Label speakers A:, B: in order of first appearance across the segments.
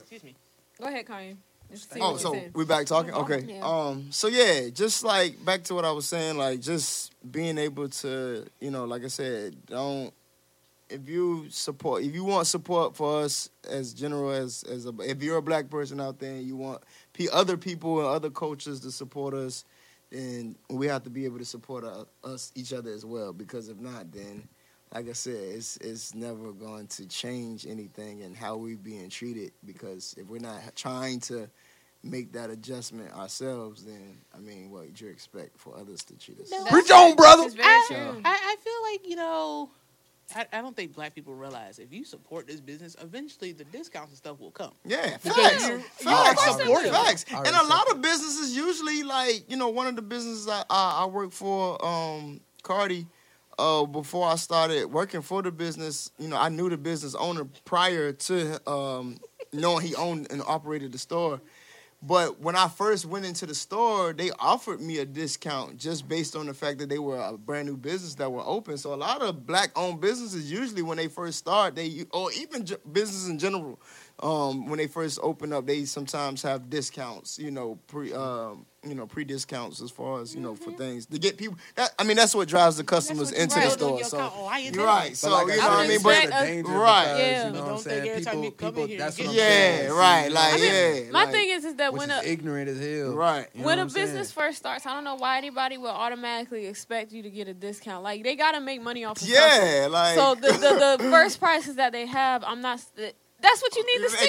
A: Excuse me.
B: Go ahead, Kanye. Just see what
A: Oh,
B: you
A: so
B: said.
A: we're back talking. Okay.
B: Yeah.
A: Um. So yeah, just like back to what I was saying, like just being able to, you know, like I said, don't. If you support, if you want support for us as general as as a, if you're a black person out there, and you want pe other people and other cultures to support us, then we have to be able to support uh us each other as well. Because if not, then like I said, it's it's never going to change anything and how we being treated. Because if we're not trying to make that adjustment ourselves, then I mean, what do you expect for others to treat us?
B: That's-
C: Preach on, brother.
B: It's very
A: Yeah.
B: true.
A: I-
D: I, I feel like you know, I, I don't think black people realize if you support this business, eventually the discounts and stuff will come.
A: Yeah,
D: Because
A: facts.
D: you-
A: facts.
D: you are supporting
A: facts.
C: them.
A: And a lot of businesses usually like, you know, one of the businesses I, I, I work for, um, Cardi, uh, before I started working for the business, you know, I knew the business owner prior to um, knowing he owned and operated the store. But when I first went into the store, they offered me a discount just based on the fact that they were a brand new business that were open. So a lot of black-owned businesses usually when they first start, they or even ju- businesses in general, um, when they first open up, they sometimes have discounts. You know, pre um, you know pre discounts as far as you know for things to get people. That, I mean, that's what drives the customers
D: That's what you
A: into the
D: build on
A: store.
D: your
A: So
D: account. Why you
A: you're
D: doing
A: right.
D: it?
A: So you know what I mean.
B: I
A: But
B: respect-
A: right.
B: Yeah.
C: You know
B: But
C: what I'm
D: don't think
C: saying?
D: every time
C: People,
D: you come in
C: people.
D: here,
C: That's
D: you
C: what I'm
D: get-
C: saying.
A: yeah, right.
C: See,
A: Like
C: which is-
A: yeah.
B: My
A: like,
B: thing is, is that
C: which
B: when
C: is
B: a
C: ignorant as hell.
A: right.
C: You
B: when
C: know what
B: a
C: I'm saying?
B: business first starts, I don't know why anybody would automatically expect you to get a discount. Like they gotta make money off. of something.
A: Yeah, like
B: So the, the the first prices that they have, I'm not. th- That's what you need to stick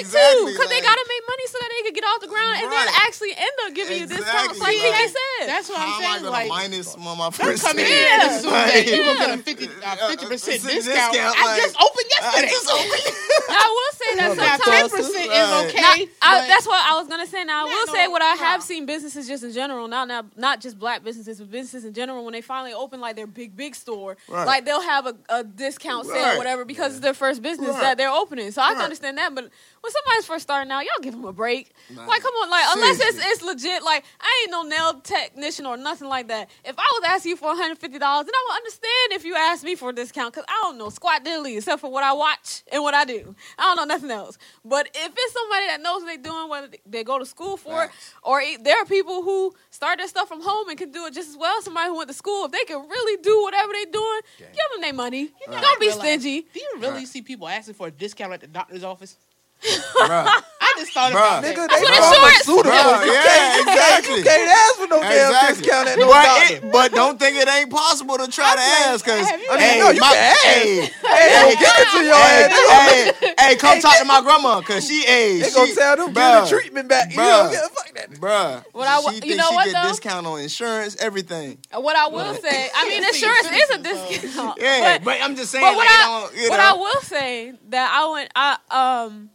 B: to,
A: Exactly,
B: because they
A: like-
B: gotta make money so that they can get off the ground and then
A: Right.
B: actually end up giving you discounts,
A: Exactly,
B: like
A: like-
B: Kiki said.
D: That's what
A: How am I
D: I'm saying.
A: gonna
D: Like,
A: minus my, my
D: don't
A: first
D: come in
A: sale?
D: here and assume that
A: Like-
D: you gonna get a fifty fifty percent
A: It's a
D: discount.
A: Uh, discount,
D: I
A: like-
D: just opened
A: I
D: yesterday.
A: just opened-
B: now, I will say that
D: Now ten
B: sometimes.
D: percent is
A: Right.
D: okay.
B: Now, I,
D: but-
B: that's what I was gonna say. Now I
D: Yeah,
B: will
D: no,
B: say what I
D: nah.
B: have seen businesses just in general, not not not just black businesses, but businesses in general, when they finally open like their big big store,
A: Right.
B: like they'll have a, a discount sale
A: Right.
B: or whatever because it's their first business
A: Right.
B: that they're opening. So I
A: Right.
B: can understand that. But when somebody's first starting out, y'all give them a break.
A: Nah.
B: Like come on, like unless it's
A: Seriously.
B: it's legit. Like I ain't no nail technician or nothing like that. If I was asking you for one hundred fifty dollars, then I would understand if you asked me for a discount because I don't know squat diddly except for what I watch and what I do. I don't know nothing else. But if it's somebody that knows what they're doing, whether they go to school for it,
A: Facts.
B: or e- there are people who start their stuff from home and can do it just as well. Somebody who went to school, if they can really do whatever they're doing, give them their money.
D: I
B: Don't be
D: realize,
B: stingy.
D: Do you really
A: Right.
D: see people asking for a discount at the doctor's office?
C: Bruh.
D: I just thought
A: Bruh.
D: about that.
C: Nigga,
B: That's
C: they
B: what
A: Bruh,
C: pharmaceuticals. You
A: yeah,
C: can't- you can't-
A: exactly.
C: You can't ask for no damn
A: Exactly.
C: discount at no
A: but,
C: doctor.
A: it- but don't think it ain't possible to try to
D: like,
A: ask because
D: have you-
C: I mean, no, you can ask.
A: Hey,
C: Hey, they gonna give it to your
A: hey,
C: ass.
A: hey, hey, come talk to my grandma because she hey,
C: They
A: she-
C: gonna tell
A: bruh,
C: them give the treatment back. You
A: bruh.
C: know, yeah, fuck that.
A: Bruh,
B: What I wa-
A: she
B: you
A: think
B: know
A: she
B: what,
A: get
B: though?
A: discount on insurance, everything.
B: What I will say, I mean,
D: Yeah, see,
B: insurance is a
D: insurance is
B: discount.
A: Yeah,
B: but-
A: but, I'm just saying,
B: but what
A: like,
B: I,
A: don't, you
B: what
A: know,
B: I will say that I went I um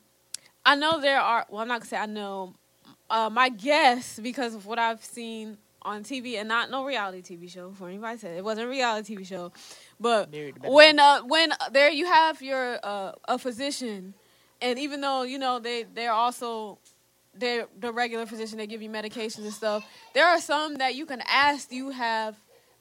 B: I know there are well I'm not gonna say I know uh, my guess because of what I've seen on TV and not no reality TV show for anybody said it wasn't a reality TV show but
D: Married to Benedict.
B: when uh, when there you have your uh, a physician and even though you know they they're also they're the regular physician they give you medications and stuff there are some that you can ask do you have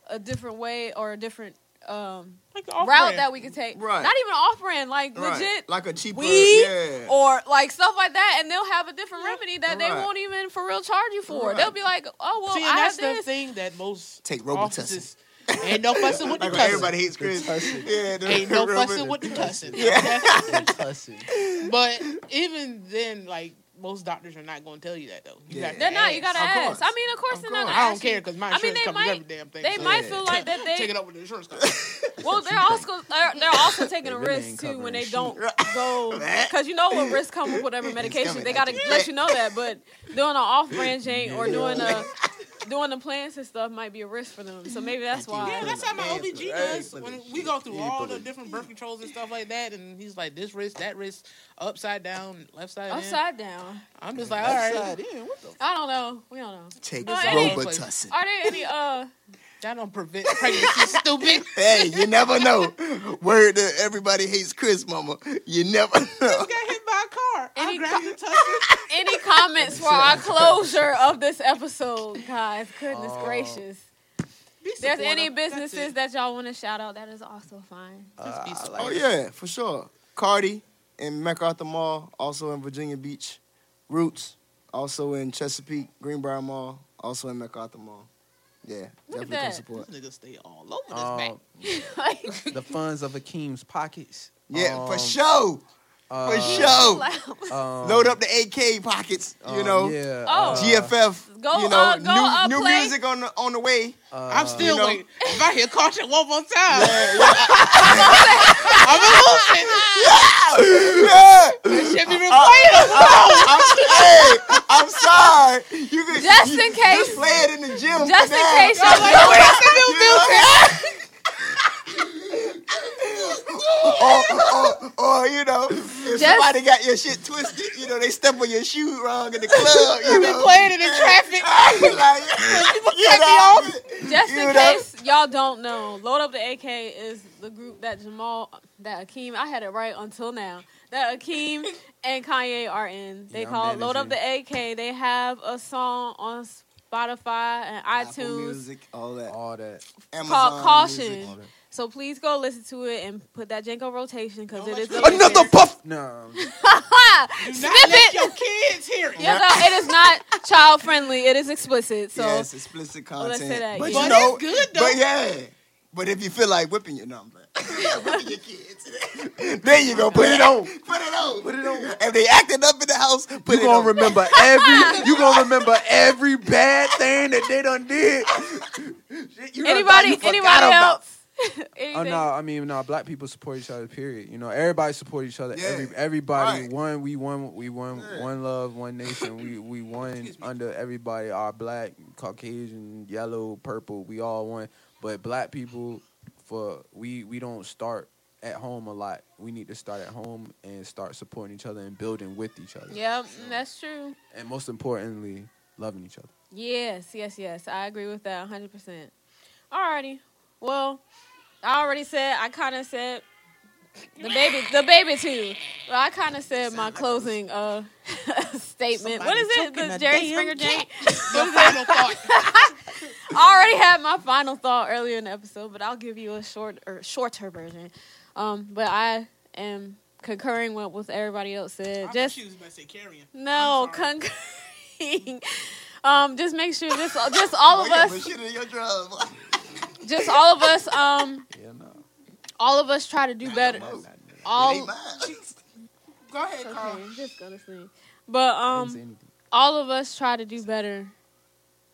B: a different way or a different um
D: Like the off
B: route
D: brand.
B: that we could take.
A: Right.
B: Not even off brand, like
A: right,
B: legit
A: like a cheaper,
B: weed
A: yeah.
B: or like stuff like that, and they'll have a different remedy that they
A: Right.
B: won't even for real charge you for.
A: Right.
B: They'll be like, oh well,
D: See,
B: I
D: and
B: have
D: that's the
B: this.
D: thing that most
A: Take Robitussin.
D: offices ain't no fussing with the
A: like
D: cussing.
A: everybody hates Chris. Yeah, the-
D: Ain't no fussing with the cussing. But even then, like most doctors are not going to tell you that though. You
A: Yeah.
D: have to
B: They're not. You
D: ask.
B: gotta
A: Of
B: ask.
A: course.
B: I mean, of course
A: Of
B: they're not.
A: course.
B: Gonna
D: I don't
B: ask
D: care
B: you.
D: because my
B: I mean,
D: insurance
B: they
D: covers
B: might-
D: every damn thing.
B: They
D: so
B: might
A: Yeah.
B: feel like that
D: take it
B: they.
D: up with the insurance company.
B: Well, they're also they're, they're also taking a
C: really
B: risk
C: ain't
B: too when
C: covering
B: they
C: shit.
B: don't go because you know what risks come with whatever medication.
A: coming
B: They
A: at
B: gotta
A: you.
B: let you know that. But doing an off brand jank or doing a doing the plants and stuff might be a risk for them. So maybe that's why.
D: Yeah, that's how my
A: Damn,
D: OBG
A: right,
D: does.
A: full of
D: When we
A: shit.
D: go through
A: He
D: all
A: full
D: the
A: of
D: different birth controls and stuff like that, and he's like this wrist, that wrist, upside down, left side. in.
B: Upside down.
D: I'm just like, all right,
B: I don't know. We don't know.
A: Take
B: Oh, hey.
A: Robitussin.
B: Are there any uh
D: that don't prevent pregnancy, stupid.
A: Hey, you never know. Word that everybody hates Chris, mama. You never know.
D: Got hit by a car.
B: Any
D: I grabbed the tussin.
B: any comments for our closure of this episode, guys? Goodness gracious.
D: Oh. Be
B: If there's any
D: supportive. That's
B: businesses
D: it.
B: that y'all want to shout out, that is also fine.
A: Uh,
D: Just be supportive.
A: Oh yeah, for sure. Cardi in MacArthur Mall, also in Virginia Beach. Roots, also in Chesapeake, Greenbrier Mall, also in MacArthur Mall. Yeah,
B: Look at
A: definitely come
B: that.
A: support.
D: This nigga stay all over this
C: Um,
D: back.
B: like,
C: the funds of Akeem's pockets.
A: Yeah, for
C: Um,
A: sure. For
C: uh,
A: sure.
B: like,
C: um,
A: Load up the AK pockets, you
C: um,
A: know.
C: Yeah.
B: Oh.
A: GFF,
B: Go,
A: you know,
B: uh, go,
A: new,
B: uh,
A: new
B: play.
A: music on the on the way.
C: uh,
D: I'm still
A: you know-
D: waiting. If I hear caution one more time,
A: Yeah, yeah,
D: I'm a little
A: yeah.
D: It should be
A: Uh,
D: required.
A: I'm, hey, I'm sorry. You can
B: Just
A: you-
B: in case.
A: Just play it in the gym.
B: Just
A: for
B: in
A: now.
B: case
A: You
B: y'all
A: know?
B: like-
A: or, or, or you know, if
B: Just-
A: somebody got your shit twisted, you know, they step on your shoe wrong in the club. You
D: Be
A: know,
D: playing in the traffic.
A: like, you
D: cut me
A: know?
B: Just
A: You
B: in
A: know?
B: case y'all don't know, Load Up the AK is the group that Jamal, that Akeem, I had it right until now, that Akeem and Kanye are in. They
C: Yeah, I'm
B: call it
C: mad
B: Load
C: at
B: Up the AK. They have a song on Spotify and
A: Apple
B: iTunes
A: music, all that.
C: all that.
A: Amazon
B: Caution.
A: music.
C: All that.
B: So please go listen to it and put that Janko rotation because
D: Don't
B: it is
D: let your-
C: Another puff. No.
D: Do
B: Snip
D: not let
B: it.
D: your kids hear it.
B: Yeah, no, it is not child friendly. It is explicit. So
A: yes, explicit
B: Oh, let's
A: content.
B: say that,
A: But,
B: yeah.
D: But
A: you know,
D: it's good, though.
A: But yeah. But if you feel like whipping your number, whipping your kids, then you go put it on. Put it on. Put it on. If they acting up in the house, put
C: You
A: it
C: gonna
A: on.
C: remember every. You gonna remember every bad thing that they done did. Shit, you done thought you
B: anybody,
C: forgot
B: anybody
C: about.
B: else? Anything?
C: Oh no, I mean no. Black people support each other. Period. You know, everybody support each other.
A: Yeah.
C: Every everybody
A: Right.
C: one. We one. We one.
A: Yeah.
C: One love. One nation. we we one under everybody. Our black, Caucasian, yellow, purple. We all one. But black people, for we we don't start at home a lot. We need to start at home and start supporting each other and building with each other.
B: Yep, mm, that's true.
C: And most importantly, loving each other.
B: Yes, yes, yes. I agree with that 100%. Alrighty. Well, I already said, I kind of said the baby, the baby too. Well, I kind of said my closing uh, statement. What is it?
D: choking
B: The
D: a
B: Jerry
D: damn
B: Springer Jane?
D: Your final thought.
B: I already had my final thought earlier in the episode, but I'll give you a short or shorter version. Um, but I am concurring with what everybody else said.
D: I
B: Just
D: thought she was about to say carrying.
B: no
D: I'm sorry.
B: concurring. um, just make sure this, just all of
A: Well, yeah,
B: us,
A: but shit in your drum.
B: just all of us, um,
C: Yeah, no.
B: all of us try to do better.
A: It ain't
B: All
A: mine.
D: Go ahead, Carl.
B: okay, just go to sleep. But
C: I didn't say
B: um,
C: anything.
B: all of us try to do better.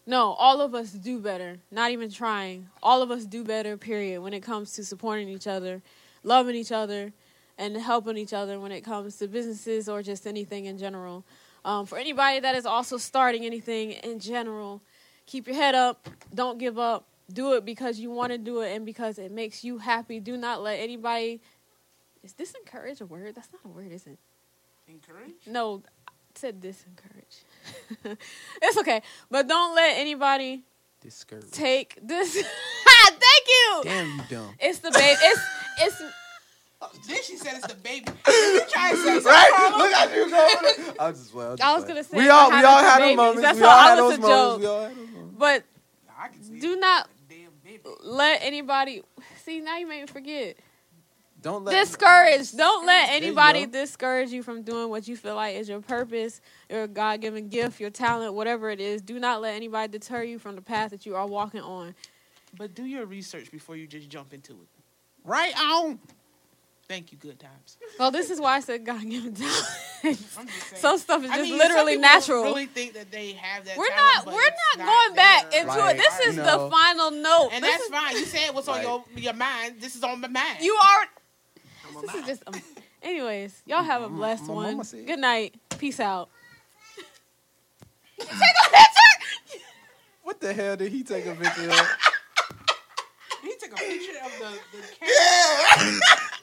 B: No, all of us do better. Not even trying. All of us do better, period, when it comes to supporting each other, loving each other, and helping each other when it comes to businesses or just anything in general. Um, for anybody that is also starting anything in general, keep your head up. Don't give up. Do it because you want to do it and because it makes you happy. Do not let anybody. Is disencourage a word? That's not a word, is it?
D: Encourage.
B: No, I said disencourage. it's okay, but don't let anybody
C: Discouraged.
B: take this. Thank you.
C: Damn, you dumb.
B: It's the baby. It's it's
D: Then she said it's the baby. You try to say something,
C: Right?
D: Carla?
C: Look at you going. I was just well.
B: I was gonna say
C: we all we
B: perhaps
C: all
B: the
C: had
B: babies.
C: those moments.
B: That's
C: we
B: all
C: all had
B: I
C: those
B: was a
C: moments.
B: joke.
C: We all had those moments.
B: But
D: I can see
B: do
D: it.
B: not
D: Damn baby.
B: let anybody. See now you made me forget.
C: Don't let
B: Discourage. Don't let
C: you
B: anybody
C: go.
B: discourage you from doing what you feel like is your purpose, your God given gift, your talent, whatever it is. Do not let anybody deter you from the path that you are walking on.
D: But do your research before you just jump into it. Right on. Thank you, good times.
B: Well, this is why I said God given talent.
D: I'm just saying.
B: Some stuff is
D: I
B: just
D: mean,
B: literally
D: some people
B: natural.
D: Really think that they have that.
B: we're
D: talent,
B: not
D: but
B: we're
D: it's
B: not going back
D: there.
B: into
C: Like,
B: it. This is
C: you
B: the
C: know.
B: final note.
D: and
B: This
D: that's
B: is-
D: fine. You said what's
C: Like-
D: on your your mind. This is on my mind.
B: You are.
A: on
B: This is just. Um, anyways, y'all have a blessed
C: Mm, my
B: one.
C: mama said-
B: Good night. Peace out.
C: What the hell did he take a picture of?
D: He took a picture of the, the camera.
A: Yeah.